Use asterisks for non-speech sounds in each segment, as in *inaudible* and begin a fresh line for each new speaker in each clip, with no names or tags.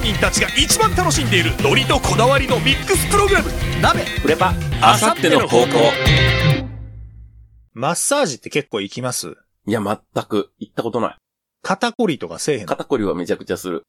人たちが一番楽しんでいるノリとこだわりのミックスプログラム鍋
フレパ
あさっての方向。
マッサージって結構行きます
いや、全く、行ったことない。
肩こりとかせえへんの
肩こりはめちゃくちゃする。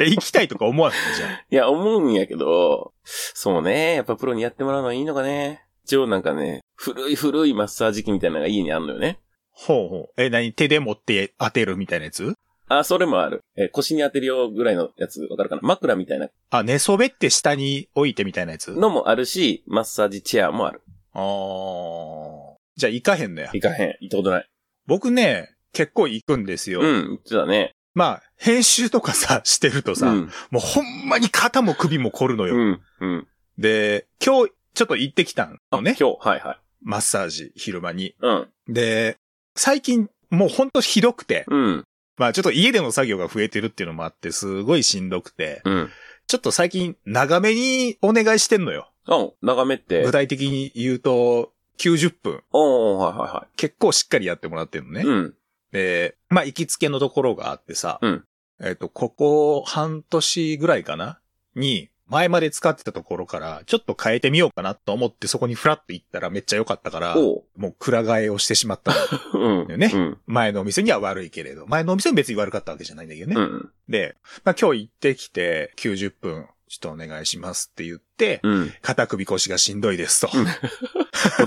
え、行きたいとか思わへんのじゃん。
いや、思うんやけど、そうね。やっぱプロにやってもらうのはいいのかね。一応なんかね、古い古いマッサージ機みたいなのが家にあんのよね。
ほうほう。え、何手で持って当てるみたいなやつ
あ、それもある。えー腰に当てるよぐらいのやつ、わかるかな枕みたいな
あ、寝そべって下に置いてみたいなやつあ
のもあるし、マッサージチェアもある。
あー。じゃあ行かへんのや。
行かへん。行ったことない。
僕ね、結構行くんですよ。
うん、行ってたね。
まあ、編集とかさ、 *laughs* してるとさ、
うん、
もうほんまに肩も首も凝るのよ。
うん、うん。
で、今日ちょっと行ってきた
あ、
のね。
今日、はいはい。
マッサージ、昼間に。
うん、
で、最近もうほんとひどくて、
うん、
まあちょっと家での作業が増えてるっていうのもあって、すごいしんどくて、
うん。
ちょっと最近長めにお願いしてんのよ。
あ、眺めって
具。体的に言うと、90分。
おー、はいは
結構しっかりやってもらってるのね。
いはい。うん、
で、まあ行きつけのところがあってさ、
うん
えっ、と、ここ半年ぐらいかなに、前まで使ってたところから、ちょっと変えてみようかなと思って、そこにフラッと行ったらめっちゃ良かったから、も
おう。
うくら替えをしてしまったの。
うん。
よね
うん、
前のお店には悪いけれど、前のお店も別に悪かったわけじゃないんだけどね。
うん、
で、まあ、今日行ってきて、90分、ちょっとお願いしますって言って、
うん。
肩首腰がしんどいですと。
うん
*laughs*
も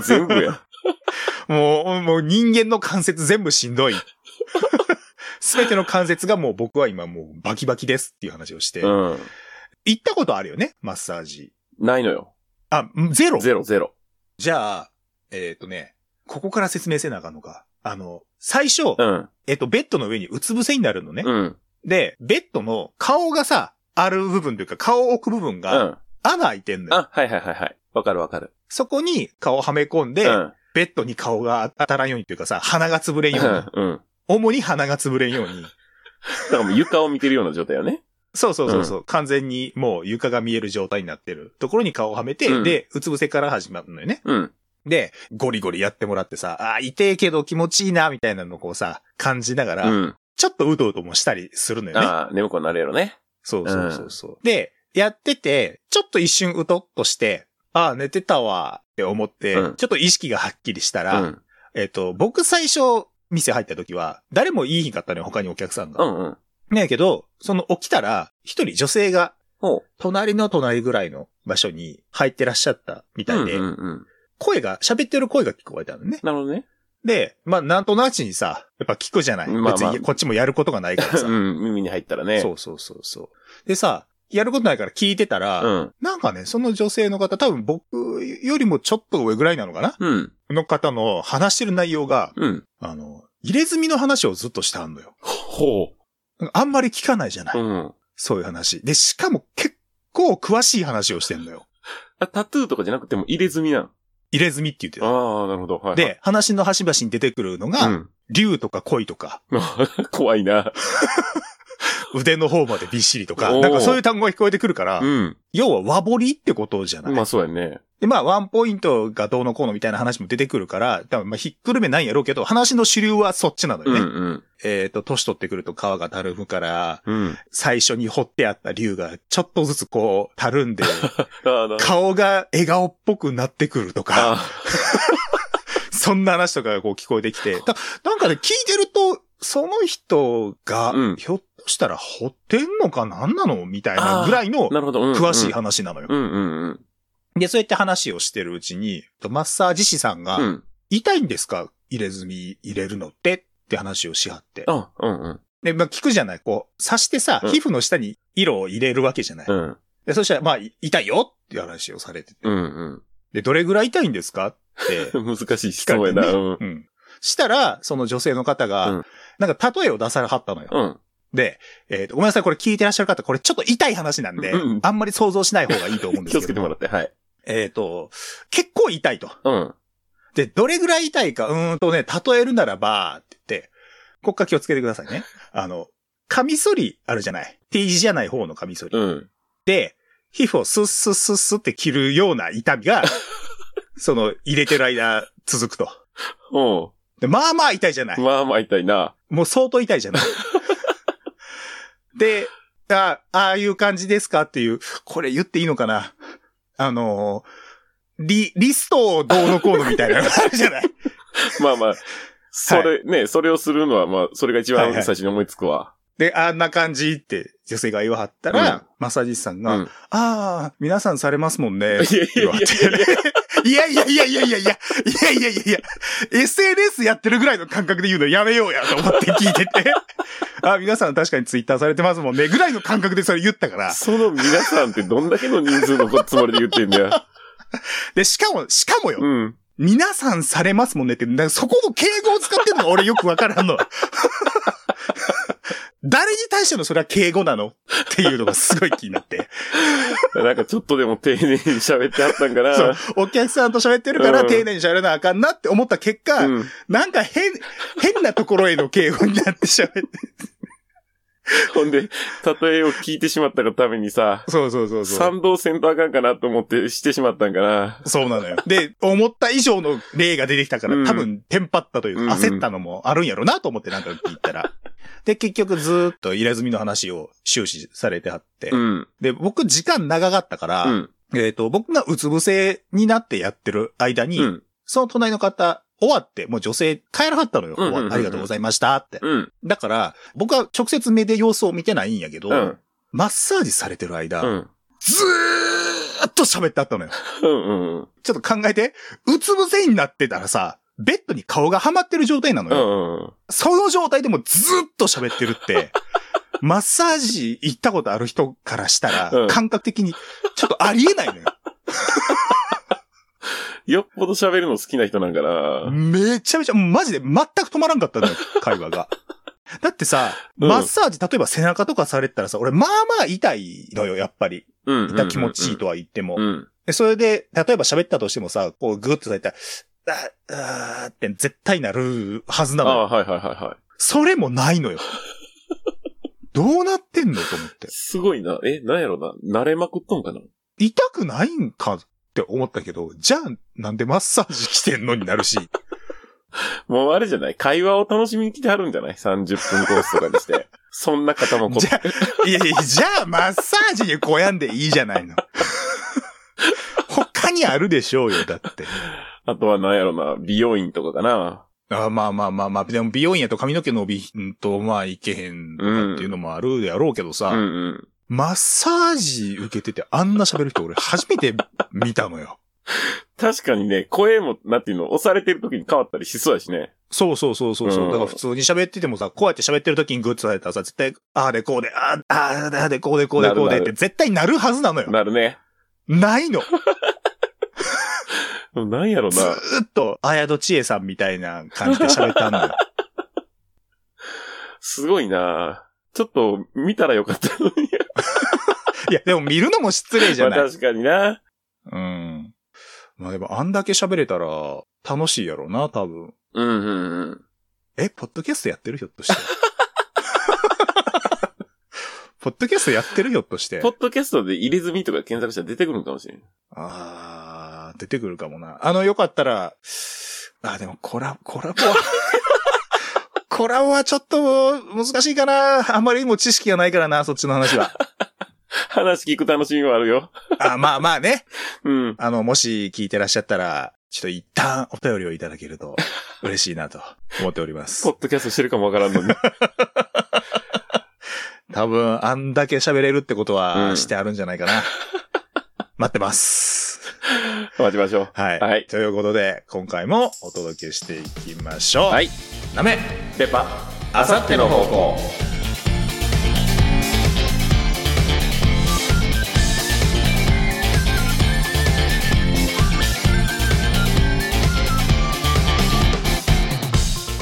う全部や。
もう、もう人間の関節全部しんどい。 *laughs* すべての関節がもう僕は今もうバキバキですっていう話をして、
うん。
行ったことあるよね、マッサージ。
ないのよ。
あ、ゼロ
ゼロ、ゼロ。
じゃあ、えっ、とね、ここから説明せなあかんのか。あの、最初、
うん、
えっ、と、ベッドの上にうつ伏せになるのね。
うん、
で、ベッドの顔がさ、ある部分というか顔を置く部分
う
が、
ん。
穴開いてんのよ。
あ、はいはいはいはい。わかるわかる。
そこに顔をはめ込んで、
うん。
ベッドに顔が当たらんようにというかさ、鼻が潰れんように。
うん。うん
主に鼻が潰れんように。
だからもう床を見てるような状態よね。
そうそうそうそう、完全にもう床が見える状態になってるところに顔をはめて、
うん
で、うつ伏せから始まるのよね。
うん。
で、ゴリゴリやってもらってさ、あー、痛えけど気持ちいいな、みたいなのをこうさ、感じながら、
うん。
ちょっとうとうともしたりするのよね。
ああ、眠くなるやろね。
そうそうそうそう、で、やってて、ちょっと一瞬うとっとして、ああ、寝てたわって思って、
うん
ちょっと意識がはっきりした
う
ら、
ん。
えっ、と、僕最初、店入った時は、誰もいい日かったのよ、他にお客さん
う
が。
んうん。
ねえけど、その起きたら、一人女性が、
ほ
隣の隣ぐらいの場所に入ってらっしゃったみ
う。
たい
うん
で、
うんうん。
声が、喋ってる声が聞こえたのね。
なるほどね。
で、まあ、なんとなしにさ、やっぱ聞くじゃない。
まあまあ
別にこっちもやることがないからさ。
うん、耳に入ったらね。
そうそうそうそう。でさ、やることないから聞いてたら、
うん。
なんかね、その女性の方、多分僕よりもちょっと上ぐらいなのかな
うん。
の方の話してる内容が、
うん。
あの、入れ墨の話をずっとしてあんのよ。
ほ
なんかあんまり聞かないじゃない、
うん。
そういう話。で、しかも結構詳しい話をしてんのよ。
あ、タトゥーとかじゃなくても入れ墨なん。
入れ墨って言ってた。
ああ、なるほど。はい、はい。
で、話の端々に出てくるのが、
うん。
竜とか恋とか、
*laughs* 怖いな。
腕の方までびっしりとか、
おー
なんかそういう単語が聞こえてくるから、
うん。
要は和彫りってことじゃない、
まあそうやね。
で、まあ、ワンポイントがどうのこうのみたいな話も出てくるから、多分まあ、ひっくるめないんやろうけど、話の主流はそっちなのよ
うん
ね。
うん。
えっ、と、年取ってくると皮がたるむから、
うん。
最初に掘ってあった竜がちょっとずつこう、たるん
*laughs*
で、
ああ、なるほど。
顔が笑顔っぽくなってくるとか、
あ
そんな話とかがこう聞こえてきて、だなんかね、聞いてると、その人が、
うん
ひょっとしたら掘ってんのかなんなのみたいなぐらいの
あ、なるほど。うん、
詳しい話なのよ
う。んうんうん。
で、そうやって話をしてるうちに、マッサージ師さんが、
うん。
痛いんですか入れ墨入れるのってって話をしはって。
あ、うんうん。
で、まあ、聞くじゃないこう、刺してさ、
うん
皮膚の下に色を入れるわけじゃない、
うん。
で、そしたら、まあ、い痛いよっていう話をされてて。
うん
で、どれぐらい痛いんですか
*laughs*
って
うん。難しい質
聞か
問
れ
や
て、ね。
な。うん。
うん。したら、その女性の方が、
うん
なんか例えを出されはったのよ。
うん。
で、えっ、と、ごめんなさい、これ聞いてらっしゃる方、これちょっと痛い話なんで、
うん
あんまり想像しない方がいいと思うんで
気
す
を
けど。
つけてもらって、はい。
えっ、と、結構痛いと。
うん。
で、どれぐらい痛いか、うーんとね、例えるならば、って言って、こっから気をつけてくださいね。あの、カミソリあるじゃない。T 字じゃない方のカミソリ。
うん。
で、皮膚をスッスッスッスッって切るような痛みが、その、入れてる間続くと。
お
で、まあまあ痛いじゃな
う
い。
まあまあ痛いな。
もう相当痛いじゃない。で、あ、ああいう感じですかっていう、これ言っていいのかなあのーリ、リストをどうのこうのみたいなのがあるじゃない
まあまあ、それ、ね、それをするのは、まあ、それが一
はい
番
はい
最初に思いつくわ。
で、あんな感じって女性が言わはったら、
うん
マッサージ師さんが、
うん
ああ、皆さんされますもんね。
いやいやいやいや
いやいやいやいやいやいやいやいやいやいや SNS やってるぐらいの感覚で言うのやめようやと思って聞いて
*laughs*
て。あー皆さん確かにツイッターされてますもんね。ぐらいの感覚でそれ言ったから。
その皆さんってどんだけの人数のつもりで言ってんだ *laughs* よ。
で、しかも、しかもよ。
うん。
皆さんされますもんねって、なんかそこの敬語を使ってるのが
*laughs*
俺よくわからんの。 *laughs* 誰に対してのそれは敬語なのっていうのがすごい気になって。
なんかちょっとでも丁寧に喋ってはったんか
そう
な。。
お客さんと喋ってるから
うん
丁寧に喋らなあかんなって思った結果、
うん。
なんか変、変なところへの敬語になって喋
*laughs*
って。
ほんで、例えを聞いてしまったがためにさ、
そうそうそうそう。
賛同せんとあかんかなと思ってしてしまったんかな。
そうなのよ。で、思った以上の例が出てきたか
う
ら、
ん
多分、テンパったというか、
うんうん
焦ったのもあるんやろなと思ってなんか聞いた
*laughs*
ら。で、結局ずーっと入れ墨の話を終始されてはって、
うん。
で、僕時間長かったから、
うん。
えっ、と、僕がうつ伏せになってやってる間に、
うん。
その隣の方、終わって、もう女性帰らはったのよ。
うんうんうんうん
終わありがとうございましたって。
うん。
だから、僕は直接目で様子を見てないんやけど、
うん。
マッサージされてる間、
うん。
ずーっと喋ってあったのよ。
うん。うん。
ちょっと考えて、うつ伏せになってたらさ、ベッドに顔がはまってる状態なの
う
よ。
ん。うん。
その状態でもずっと喋ってる
*laughs*
って、マッサージ行ったことある人からした
う
ら、
ん
感覚的にちょっとありえないのよ。
よっぽど喋るの好きな人なんかな。
めちゃめちゃ、マジで全く止まらんかったのよ、会話が。だってさ、
うん
マッサージ、例えば背中とかされてたらさ、俺、まあまあ痛いのよ、やっぱり。
うん。
痛気持ちいいとは言っても。
うん。
でそれで、例えば喋ったとしてもさ、こうグーッとされたら、あ、あーって絶対なるはずな
あ
のよ。
あ、はいはいはいはい。
それもないのよ。どうなってんのと思って。
すごいな。え、なんやろな。慣れまくっとんかな。
痛くないんかって思ったけど、じゃあなんでマッサージ来てんのになる
*laughs*
し。
もうあれじゃない会話を楽しみに来てはるんじゃない ?30 分コースとかにして。そんな方もこ
じゃあ、いやいや、じゃあマッサージに小やんでいいじゃない
*laughs*
の。他にあるでしょうよ、だって。
あとはなんやろな。美容院とかかな。
あまあまあまあまあ、でも美容院やと髪の毛伸びんと、まあいけへんとかっていうのもあるやろうけどさ、
うんうん。
マッサージ受けててあんな喋る人俺初めて見たのよ。
確かにね、声も、なんていうの、押されてる時に変わったりしそうやしね。
そうそうそうそうそう。
うん
だから普通に喋っててもさ、こうやって喋ってる時にグッズされたらさ、絶対、ああでこうで、あーあーでこうでこうでこうで
なる
っ
な
て
る
絶対なるはずなのよ。
なるね。
ないの。
うんなんやろ
ず
な。
ーっと、あやどちえさんみたいな感じで喋ったのよ。
すごいな。ちょっと、見たらよかったのに。
いや、でも見るのも失礼じゃ
ま
な
あ
い。
確かにな。
うん。まあでもあんだけ喋れたら楽しいやろうな、多分。
うんうんうん。
え、ポッドキャストやってるひょっとして。ポッドキャストやってるひょっとして
ポ。ッドキャストで入れ墨とか検索したら出てくるんかもしれん。
あー、出てくるかもな。あの、よかったら、あー、でもコラ、コラボは、 *laughs* コラボはちょっと難しいかな。あんまりにも知識がないからな、そっちの話は。
話聞く楽しみはあるよ。
あーまあまあね。
うん。
あの、もし聞いてらっしゃったら、ちょっと一旦お便りをいただけると嬉しいなと思っておりま
ポ
す
ッ。ドキャストしてるかもわからん *laughs* のに。
多分、あんだけ喋れるってこと
う
は
ん
してあるんじゃないか
*laughs*
な。待ってます。
待ちましょう。
はい。
はい
ということで、今回もお届けしていきましょう。
は。い。
なめ、
ペッパ、
あさっての方向。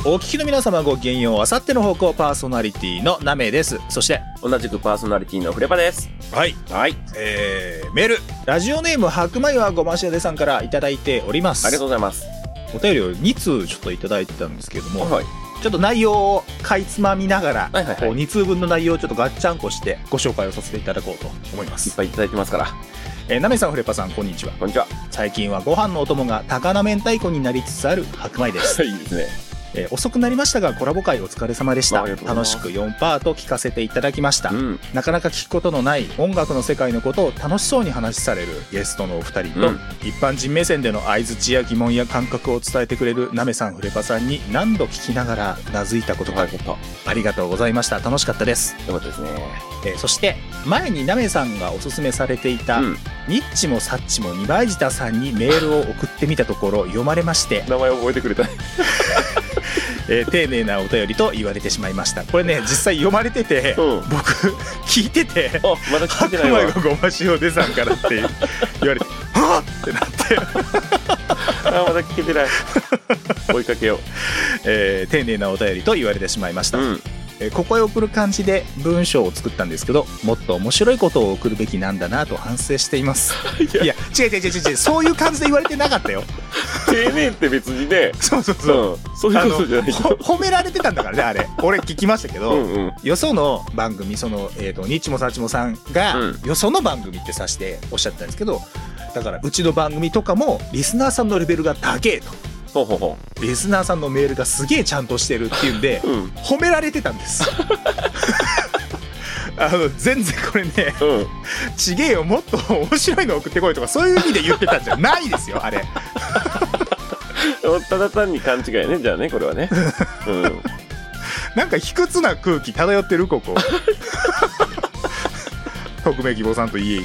お聞きの皆様ごきげんよう。あさっての方向パーソナリティのなめです。そして、
同じくパーソナリティのフレパです。
はい。
はい。
えー、メール。ラジオネーム白米はごましやでさんからいただいております。
ありがとうございます。
お便りを2通ちょっといただいてたんですけども、
はい。
ちょっと内容をかいつまみながら、
はいはいはい
こう2通分の内容をちょっとガッチャンコしてご紹介をさせていただこうと思いま
いっ
す。
ぱいいただいてますから。
えー、なめさん、フレパさん、こんにちは。
こんにちは。 *laughs*
最近はご飯のお供が高菜明太子になりつつある白米です。
いいですね。
えー遅くなりましたがコラボ会お疲れ様でした
ありがとうございま
楽
す
しく4パート聞かせていただきました、
うん。
なかなか聞くことのない音楽の世界のことを楽しそうに話しされるゲストのお二人と、
うん
一般人目線での相づちや疑問や感覚を伝えてくれるなめさんフレパさんに何度聞きながらうなずいたことが
よかった。よ
ありがとうございました楽しかったです、
かったですね。
えーそして前になめさんがおすすめされていた、
うん。
ニッチもサッチも二倍舌さんにメールを送ってみたところ読まれまして、
名前覚えてくれた。
えー丁寧なお便りと言われてしまいましたこれね実際読まれてて、
うん。あ、
僕聞いてて
まだ聞い
白
てない
米
わ。
がごま塩でさんからって言う言われて「はっ!」ってなって、
あ、まだ聞けて *laughs* ない。追いかけよ
えー丁寧なお便りと言われてしまいまし
う。
た、
うん。
えーここへ送る感じで文章を作ったんですけどもっと面白いことを送るべきなんだなと反省しています
*laughs*
いや違う違う違う違うそういう感じで言われてなかったよ
丁寧って別にね。
そうそう
う。
そうん
そういうことじゃない
ほ *laughs*
と。
褒められてたんだからねあれ俺聞きましたけ
う
ど、
んうん。
よその番組その、えー、とニッチもサッチもさんが、
うん
よその番組って指しておっしゃったんですけどだからうちの番組とかもリスナーさんのレベルが高えと
ほうほうほ
リスナーさんのメールがすげえちゃんとしてるっていうん
*laughs*
で
う。うん。
褒められてたんです *laughs* あの全然これね
うん。
ちげえよもっと面白いの送ってこいとかそういう意味で言ってたんじゃないですよあれ
ただ単に勘違いね。じゃあね、これはね。うん。
なんか卑屈な空気漂ってるこ *laughs* こ匿名希望さんといえい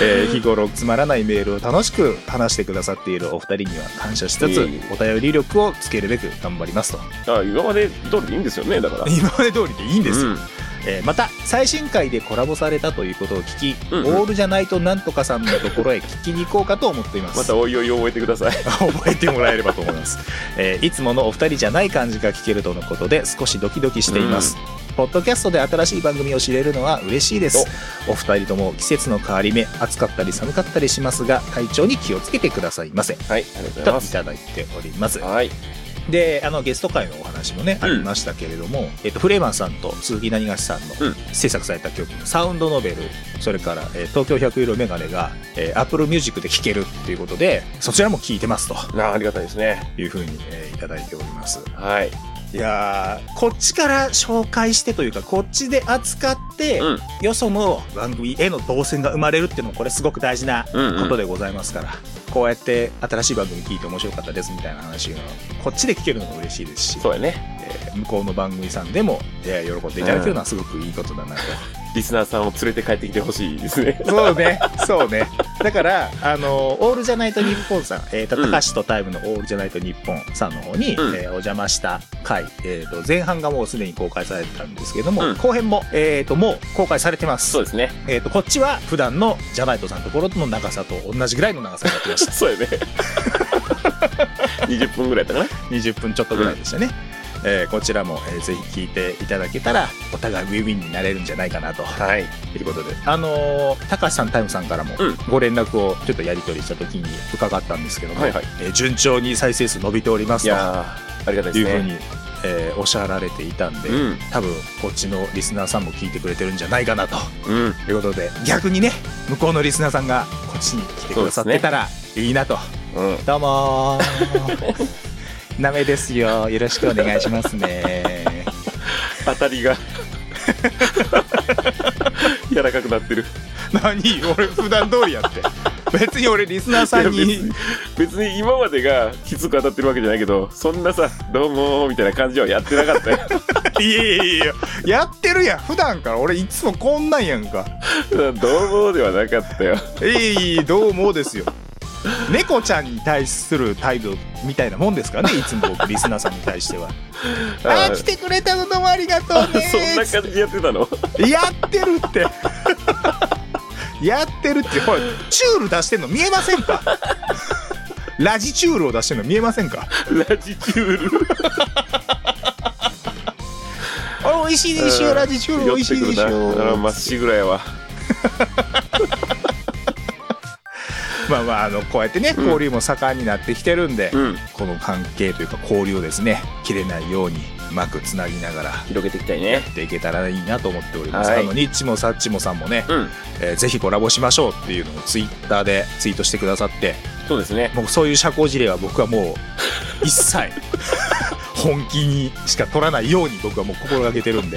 ええー日頃つまらないメールを楽しく話してくださっているお二人には感謝しつつ
いえいえ
お便り力をつけるべく頑張りますと
あ、今まで通りでいいんですよね、だから。
今まで通りでいいんですよ、
うん
えーまた最新回でコラボされたということを聞き、
うんうん
オールじゃないとなんとかさんのところへ聞きに行こうかと思っています
またおいおい覚えてください。
覚えてもらえればと思います、えーいつものお二人じゃない感じが聞けるとのことで少しドキドキしています、ポッドキャストで新しい番組を知れるのは嬉しいですお二人とも季節の変わり目暑かったり寒かったりしますが体調に気をつけてくださいませと
はい、ありがと
い
うございます。
ただいております
はい。
であのゲスト会のお話もね、
う
あ
ん
りましたけれども、えっと、フレーマンさんと鈴木なにがしさんの
うん
制作された曲「サウンドノベル」それから、えー東京100色メガネが、えー、Apple Music で聴けるっていうことでそちらも聴いてますと
なあ、ありがたいですね。
いうふうに、えーいただいております
はい。
いやーこっちから紹介してというかこっちで扱って、
うん
よその番組への動線が生まれるっていうのもこれすごく大事な
うん、う
こ
ん
と。でございますから、こうやって新しい番組聞いて面白かったですみたいな話がこっちで聞けるのも嬉しいですし
そうやね。
えー向こうの番組さんでも、えー喜んでいただけるのはすごくいいことだなと、
リスナーさんを連れて帰ってきてほしいですね。
そうねそうねだからあのオールじゃないと日本さん、えー、と
うん
高橋とタイムのオールじゃないと日本さんの方に、
うん
えーお邪魔した回、えー、と前半がもうすでに公開されてたんですけども、
うん
後編も、えー、ともう公開されてます
そうですね。
えー、とこっちは普段のジャバイトさんのところの長さと同じぐらいの長さになってました *laughs*
そうやね。20分ぐらいだったか
20分ちょっとぐらいでしたね、えーこちらも、えーぜひ聞いていただけたらお互いウィンウィンになれるんじゃないかなと
な。はい。
いうことであのー高橋さんタイムさんからも
うん
ご連絡をちょっとやり取りした時に伺ったんですけども、
はいはい
えー順調に再生数伸びておりま
い
すと
やーありがたい
いう
です
ふう
ね。
に、えーおっしゃられていたんで、
うん。
多分こっちのリスナーさんも聞いてくれてるんじゃないかなと
うん。
いうことで逆にね向こうのリスナーさんがこっちに来てくださってたらいいなと。
うん。
どうも
*laughs*
ー。なめですよ。よろしくお願いします
*laughs*
ね。
当た
*laughs*
りが。柔らかくなってる。
何俺普段通りやって。別に俺リスナーさん
いや
に。
別に今までがきつく当たってるわけじゃないけど、そんなさ、どうもーみたいな感じはやってなかったよ。
*laughs* いやいやいや、やってるやん。普段から俺いつもこんなんやんか。
どうもーではなかったよ。
えい、どうもですよ。猫ちゃんに対する態度みたいなもんですからね、いつも僕リスナーさんに対しては。 *laughs* あー、来てくれたのどうもありがとう *laughs* ねー。
そんな感じでやってたの
やってるって *laughs* やってるってほらチュール出してんの見えませんかラジチュールを出してんの見えませんか
ラジチュール。
あ美味しいでしょラジチュール美味しいでし
寄ってくるなあ
ょ
ーまっしぐらいは。
まあまああのこうやってね
うん
交流も盛んになってきてるんで、
うん。
この関係というか交流をですね切れないようにうまくつなぎながらや
広げていきたいね。
っていけたらいいなと思っております、
はい
あのニッチもサッチもさんもね、
うん。
えーぜひコラボしましょうっていうのをツイッターでツイートしてくださって
そうで
*laughs*
すね。
もうそういう社交辞令は僕はも
*laughs*
う一切本気にしか取らないように僕はもう心がけてるんで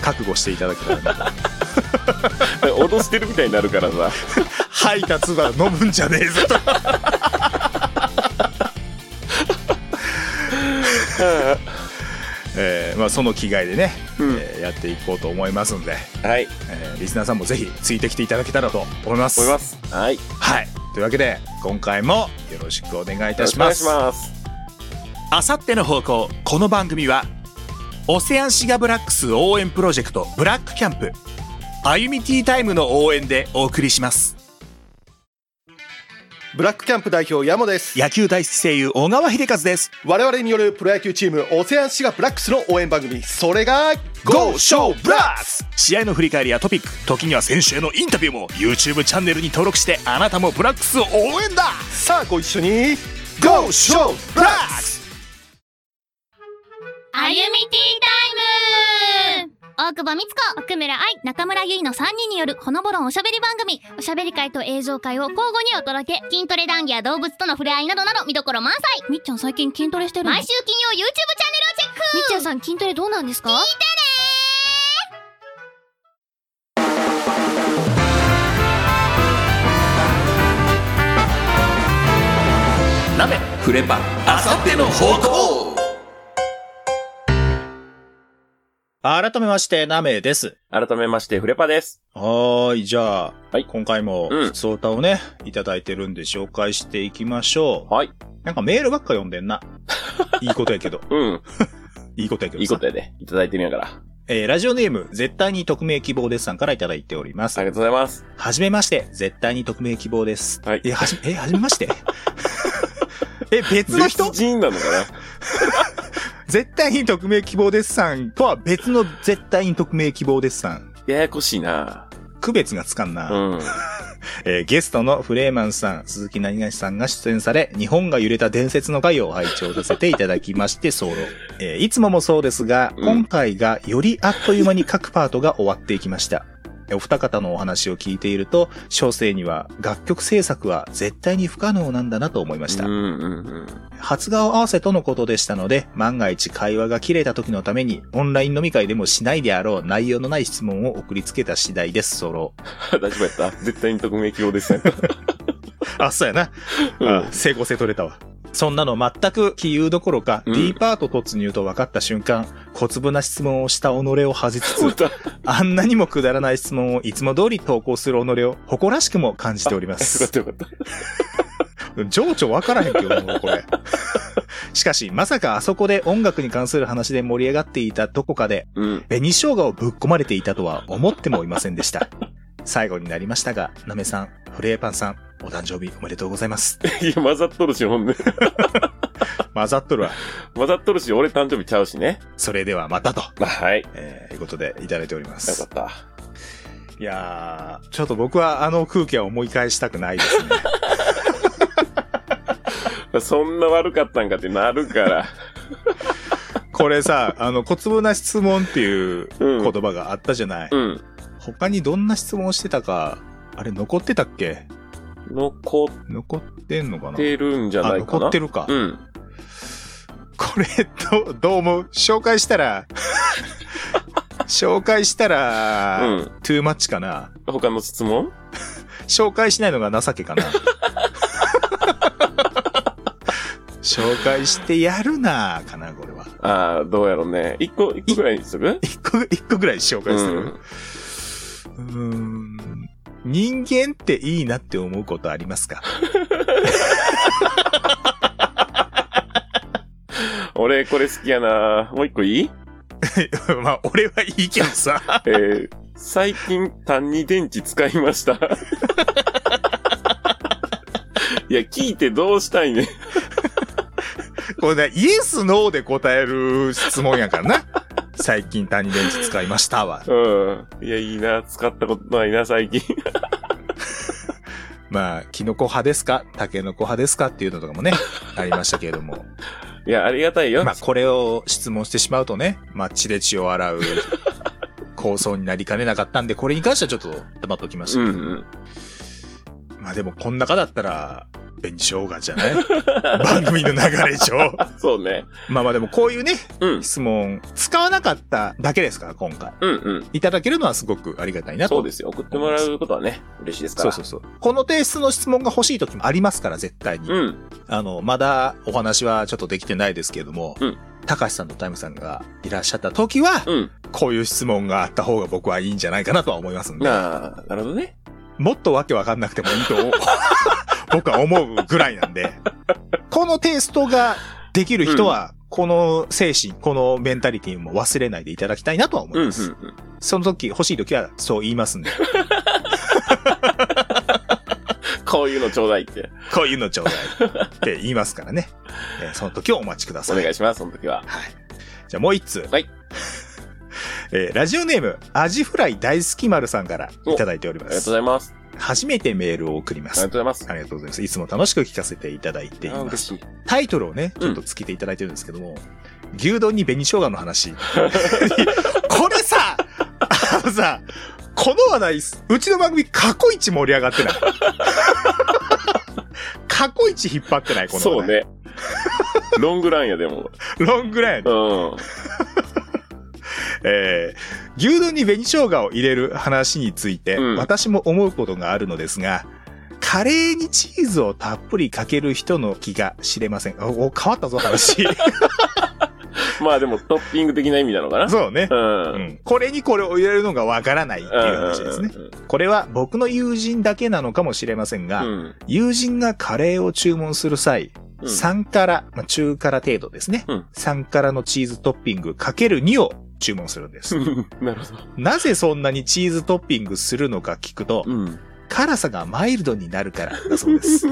覚悟していただけたらな
脅してるみたいになるからさ。
吐いた唾飲むんじゃねえ
*laughs*
ぞとえーまあ、その気概でね、
うん
えーやっていこうと思いますんで、
はい。
えーリスナーさんもぜひついてきていただけたらと思います
思います。はい。
はいというわけで今回もよろしくお願いいたし
お願
ま
いし
す
ます。
あさっての方向この番組はオセアンシガブラックス応援プロジェクトブラックキャンプ歩みティータイムの応援でお送りします
ブラックキャンプ代表ヤモです
野球大好き声優小川秀和です
我々によるプロ野球チームオセアンシガブラックスの応援番組それが
GO SHOW BLAST! 試合の振り返りやトピック時には選手へのインタビューも YouTube チャンネルに登録してあなたもブラックスを応援だ
さあご一緒に
GO SHOW BLAST!
あゆみティータイム大久保美津子、奥村愛、中村ゆいの3人によるほのぼろんおしゃべり番組おしゃべり会と映像会を交互にお届け筋トレ談義や動物との触れ合いなどなど見どころ満載みっちゃん最近筋トレしてる毎週金曜 YouTube チャンネルをチェックみっちゃんさん筋トレどうなんですか聞いてね
鍋
フレパ。
あさっての方向
改めましてナメです
改めまして、フレパです。
はーい、じゃあ、
はい
今回も、
うん
普通歌をね、いただいてるんで紹介していきましょう。
はい。
なんかメールばっか読んで
*laughs*
んな。いいことやけど。
うん。
いいことやけどさ。
いいことやで。いただいてみながら。あ
えーラジオネーム、絶対に匿名希望ですさんからいただいております。
りがとうございます。
はじめまして、絶対に匿名希望です。
はい
え、はじ、え、はじめまして *laughs* え、別の人
別人なのかな
絶対に匿名希望ですさんとは別の絶対に匿名希望ですさん。
ややこしいな
区別がつかんな。
うん。
えーゲストのフレーマンさん、鈴木何々さんが出演され、日本が揺れた伝説の回を拝聴させていただきまして、ソロ。えーいつももそうですが、
うん
今回がよりあっという間に各パートが終わっていきました。お二方のお話を聞いていると、小生には楽曲制作は絶対に不可能なんだなと思いました
うん。うんうん。
発顔合わせとのことでしたので、万が一会話が切れた時のために、オンライン飲み会でもしないであろう内容のない質問を送りつけた次第です、ソロ。
大丈夫やった絶対に匿名希望ですね。
あ、そうやな。
*laughs* うん。
整合性取れたわ。そんなの全く杞憂どころか、
うん
D パート突入と分かった瞬間、小粒な質問をした己を恥じつ
そう
つ、
だ。
あんなにもくだらない質問をいつも通り投稿する己を誇らしくも感じておりま
よかっ
す。
たよかった。
情緒分からへんけど、もうこれ。 *laughs* しかし、まさかあそこで音楽に関する話で盛り上がっていたどこかで、
うん。
紅生姜をぶっ込まれていたとは思ってもいませんでした。最後になりましたが、なめさん、フレーパンさん、お誕生日おめでとうございます。
いや、混ざっとるし、ほんで。
混ざっとるわ。
混ざっとるし、俺誕生日ちゃうしね。
それではまたと、
はい。よ
えーいうことでいただいておりま
かっ
す。
た。
いやー、ちょっと僕はあの空気は思い返したくないですね。
*laughs* そんな悪かったんかってなるから。
これさ、あの、小粒な質問っていう
うん
言葉があったじゃない、
うん。
他にどんな質問をしてたか、あれ残ってたっけ
残っ
残ってんのかな
てるんじゃ
あ、
ないかな。
残ってるか。
うん。
これ、どう、どう思う紹介したら、紹介したら、
うん。
トゥーマッチかな
他の質問
紹介しないのが情けかな紹介してやるなかな、これは。
ああ、どうやろうね。一個、一個ぐらいにする
一個、一個ぐらい紹介する。うーん。人間っていいなって思うことありますか *laughs*
俺、これ好きやな。もう一
*laughs*
個いい
まあ、俺はいいけどさ。
えー、最近、単に電池使い
*laughs*
ました。いや、聞いてどうしたいね。
これね、イエス、ノーで答える質問やからな。最近単に電池使いましたわ。
うん。いや、いいな。使ったことないな、
*laughs*
最近。
まあ、キノコ派ですかタケノコ派ですかっていうのとかも
*laughs*
ね、ありましたけれども。
いや、ありがたいよ。
まあ、これを質問してしまうとね、まあ、血で血を
*laughs*
洗う構想になりかねなかったんで、これに関してはちょっと黙っておきまし
う
た
ん
け
う
ど。
ん。
まあでも、こん中だったら、ぺんにしようがじゃない *laughs* 番組の流れ上。
*laughs* そうね。
まあまあでもこういうね、
うん。
質問、使わなかっただけですから、今回。
うんうん。
いただけるのはすごくありがたいなと。
そうですよ。送ってもらうことはね、嬉しいですか
そ
ら。
うそうそう。この提出の質問が欲しい時もありますから、絶対に。
うん。
あの、まだお話はちょっとできてないですけれども、
うん
高橋さんとタイムさんがいらっしゃった時は、
うん。
こういう質問があった方が僕はいいんじゃないかなとは思いますんで、
なあ、なるほどね。
もっとわけわかんなくてもいいと
*laughs*
僕は思うぐらいなんで、このテイストができる人は、この精神、このメンタリティも忘れないでいただきたいなとは思
うん
い
うん
ま
うん
す。。その時、欲しい時はそう言いますんで、
こういうのちょうだいって。
こういうのちょうだいって言いますから
*laughs*
ね。えーその時をお待ちくだ
お
さい
願。いします、その時は。
じゃあもう一通。
はい。
*laughs* えーラジオネーム、アジフライ大好き丸さんからいただいており
あ
ま
りがとうご
す。
ざいます。
初めてメールを送りま
ありがと
す
う。ございます。
ありがとうございます。いつも楽しく聞かせていただいてい
あー
ま
嬉
す。
しい。
タイトルをね、ちょっとつけていただいてるんですけども、牛丼に紅生姜の
*laughs*
話。これさ、あのさ、この話題、うちの番組過去一盛り上が
*laughs*
ってない。過去一引っ張ってない、この話題。
そうね。ロングランや、でも。
ロングライン
う。ん。
えー牛丼に紅生姜を入れる話について、
うん
私も思うことがあるのですが、カレーにチーズをたっぷりかける人の気が知れません。お、お変わったぞ、
*laughs*
話。
まあでも、トッピング的な意味なのかな。
そうね
う。。
うんん。これにこれを入れるのがわからないっていう話ですね。
うん
これは僕の友人だけなのかもしれませんが、
うんうん。
友人がカレーを注文する際、
うん
3から、まあ、中から程度ですね。
うん
3からのチーズトッピングかける2を注文するんです。
*laughs* なるほど。
なぜそんなにチーズトッピングするのか聞くと、
うん。
辛さがマイルドになるからだそうです。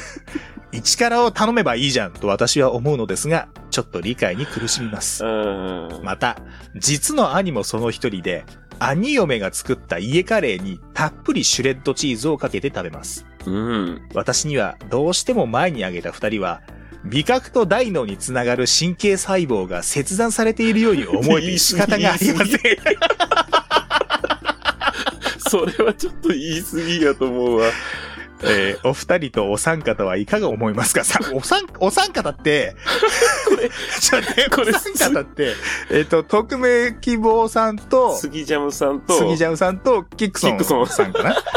*laughs* 一からを頼めばいいじゃんと私は思うのですが、ちょっと理解に苦しみます。
うん。
また、実の兄もその一人で、兄嫁が作った家カレーにたっぷりシュレッドチーズをかけて食べます。
うん。
私にはどうしても前に挙げた二人は、味覚と大脳につながる神経細胞が切断されているように思えて仕方がありません。
それはちょっと言い過ぎやと思うわ。
えーお二人とお三方はいかが思いますかさ、 *laughs* お三、お三方って、ちょっと *laughs* 待って、
これ
お三方って、えっ、と、匿名希望さんと、杉
杉ジャムさんと、
ジャムさんと、キックソン
キックソン
さんかな *laughs*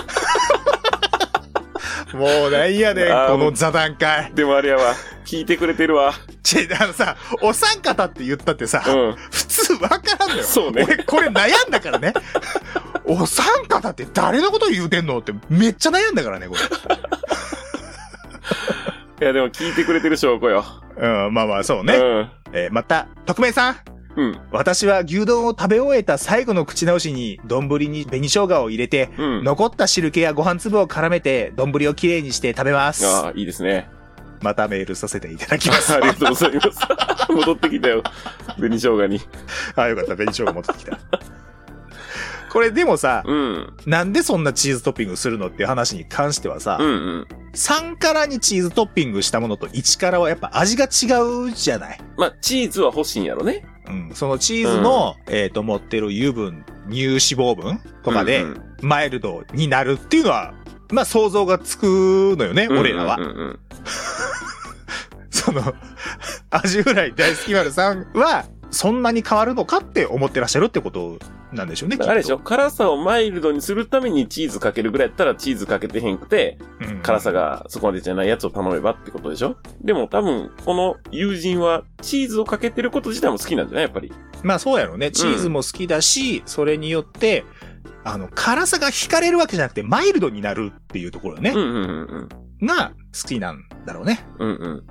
もうなんやねん、
あー
この座談会。
でもあれやわ。聞いてくれて
*laughs*
るわ。
ちあのさ、お三方って言ったってさ、
う
普通わからんのよ。
ん。そうね。
俺、これ悩んだからね。お三方って誰のこと言うてんのってめっちゃ悩んだからね、これ。
いやでも聞いてくれてる証拠よ。
うん、まあまあ、そうね。
うん。
えーまた、匿名さん。
うん。
私は牛丼を食べ終えた最後の口直しに、丼に紅生姜を入れて、
うん。
残った汁気やご飯粒を絡めて、丼をきれいにして食べます。
ああ、いいですね。
またメールさせていただき
*laughs*
ます。
ありがとうござ
*laughs*
います。戻ってきたよ。紅生姜に。
あ、よかった。紅生姜持ってきた。これでもさ、
うん。
なんでそんなチーズトッピングするのっていう話に関してはさ、
うんうん。
3からにチーズトッピングしたものと1からはやっぱ味が違うじゃない。
まあ、チーズは欲しいんやろね。
うん、そのチーズの、えっ、と、持ってる油分、乳脂肪分とかで、
うんうん
マイルドになるっていうのは、まあ想像がつくのよね、俺らは。
うんうんうん
その、 *laughs* アジフライ大好き丸さんは、そんなに変わるのかって思ってらっしゃるってことなんでしょうね、
だからあれでし
ょ、
ょ辛さをマイルドにするためにチーズかけるぐらいやったらチーズかけてへんくて、
うん
辛さ。がそこまでじゃないやつを頼めばってことでしょでも多分、この友人はチーズをかけてること自体も好きなんじゃないやっぱり。
まあそうやろうね。チーズも好きだし、それによって、あの、辛さが惹かれるわけじゃなくて、マイルドになるっていうところね
う、んうんうんうん。
が好きなんだろうね。
うんうん。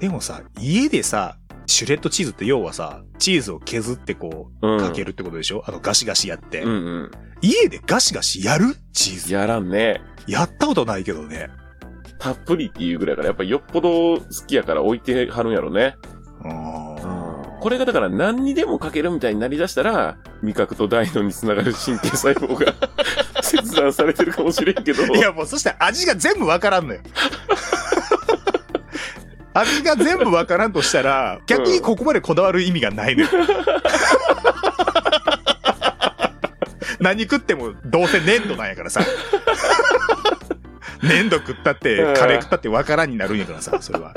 でもさ、家でさ、シュレッドチーズって要はさ、チーズを削ってこ
う
う、
ん。
かけるってことでしょ、あの、ガシガシやって。
うんうん。
家でガシガシやるチーズ。
やらんね。
やったことないけどね。
たっぷりっていうぐらいから、やっぱりよっぽど好きやから置いてはるんやろね。これがだから何にでもかけるみたいになりだしたら、味覚と大脳につながる神経細胞が *laughs* 切断されてるかもしれんけど。
いやもうそしたら味が全部わからんのよ。
*laughs*
味が全部わからんとしたら、逆にここまでこだわる意味がない
*laughs*
のよ。何食ってもどうせ粘土なんやからさ。粘土食ったって
うん、
カレー食ったってわからんになるんやからさ、それは。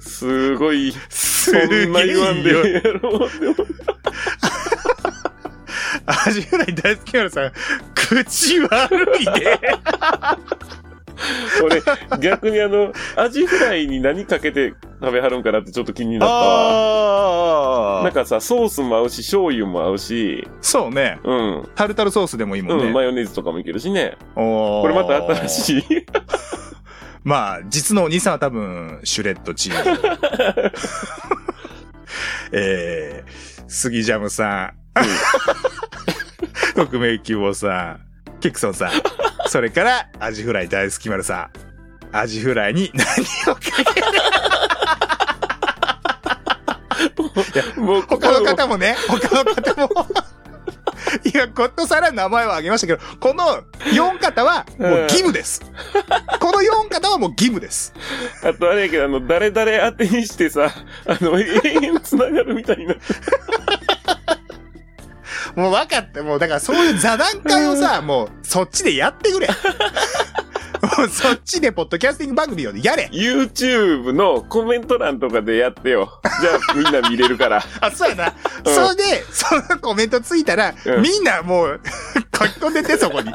すごい。
す
そんな言わんでええやろ。
味ぐらい大好きなのさ、口悪いで。
俺、逆にあの、アジフライに何かけて食べはるんかなってちょっと気になったわ。な
あ
ん
あ。
かさ、ソースも合うし、醤油も合うし、
そうね。
うん。
タルタルソースでもいいもん
うん、マ
ね。
ヨネーズとかもいけるしね。
こ
これまた新しい。 *laughs*
まあ、実のお兄さんは多分、シュレッドチーズ。 *laughs* えー、杉ジャムさん。 *laughs* 匿名希望さん。キクソンさん。それから、アジフライ大好き丸さん。アジフライに何をかける
もう
他の方もね、他の方も。 *laughs* いや、ことさら名前を挙げましたけど、この4方はもう義務です。この4方はもう義務です。
あとあれやけど、あの、誰々当てにしてさ、あの、永遠繋がるみたいな。
もう分かって、もうだからそういう座談会をさ、もうそっちでやってく
*laughs*
れ。もうそっちでポッドキャスティング番組をやれ。
YouTube のコメント欄とかでやってよ。じゃあみんな見れるから。
あ、そうやな。
うん
それで、そのコメントついたら、
うん
みんなもう書き込んでて、そこ
*laughs*
に。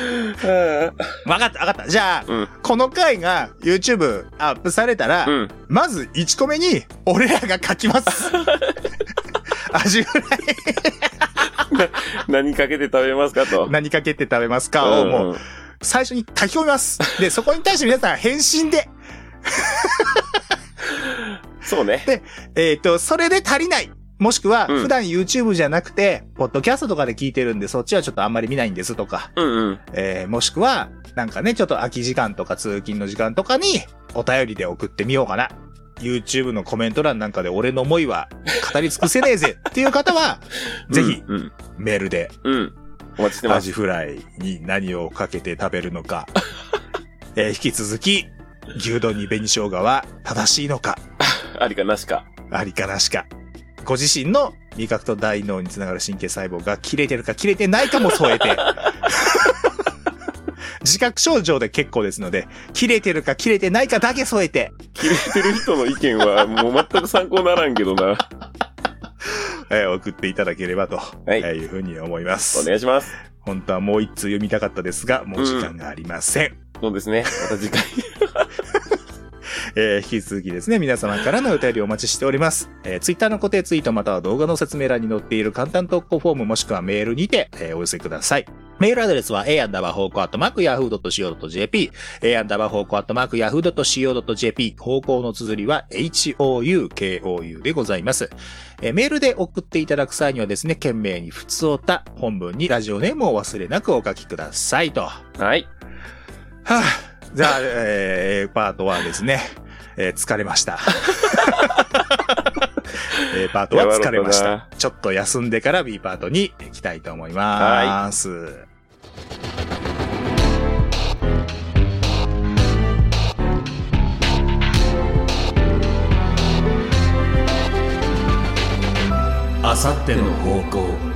分かった、分かった。じゃあ、
うん
この回が YouTube アップされたら、
うん。
まず1個目に、俺らが書き
*laughs*
ます。アジフライ
何かけて食べますかと。
何かけて食べますかをもう、
うん
最初に書き込みます。で、そこに対して皆さん返信で、
そうね。
えっ、と、それで足りない。もしくは、
うん
普段 YouTube じゃなくて、ポッドキャストとかで聞いてるんで、そっちはちょっとあんまり見ないんですとか、
うんうん。
えー、もしくは、なんかね、ちょっと空き時間とか通勤の時間とかに、お便りで送ってみようかな。YouTube のコメント欄なんかで俺の思いは語り尽くせねえぜっていう方
*laughs*
は、ぜひ
うん。
メールで
うんうん。お待ちして
ア
ます。
ジフライに何をかけて食べるの
*laughs*
か、えー引き続き、牛丼に紅生姜は正しいのか、
ありかなしか。
ありかなしか。ご自身の味覚と大脳につながる神経細胞が切れてるか切れてないかも添え
*laughs*
て。自覚症状で結構ですので、切れてるか切れてないかだけ添えて、
切れてる人の意見はもう全く参考にならんけどな。
えー送っていただければと、
い
いえーいうふうに思います。
お願いします。
本当はもう一通読みたかったですが、もう時間がありません。
そうですね。また次
*laughs*
回。
えー引き続きですね、皆様からのお便りをお待ちしております。えー、ツイッターの固定ツイートまたは動画の説明欄に載っている簡単投稿フォームもしくはメールにて、えーお寄せください。メールアドレスは a アンダーバー方向アットマーク yahoo.co.jp a アンダーバー方向アットマーク yahoo.co.jp 方向の綴りは houkou でございます。えーメールで送っていただく際にはですね、懸命に普通おた、本文にラジオネームを忘れなくお書きくださいと。
はい。
はあ、じゃあ、えー、パート1ですね。えー疲れま
*laughs*
した。えーパートは疲れまし
やばかった
た。ちょっと休んでから B パートに行きたいと思います。
あさっての方向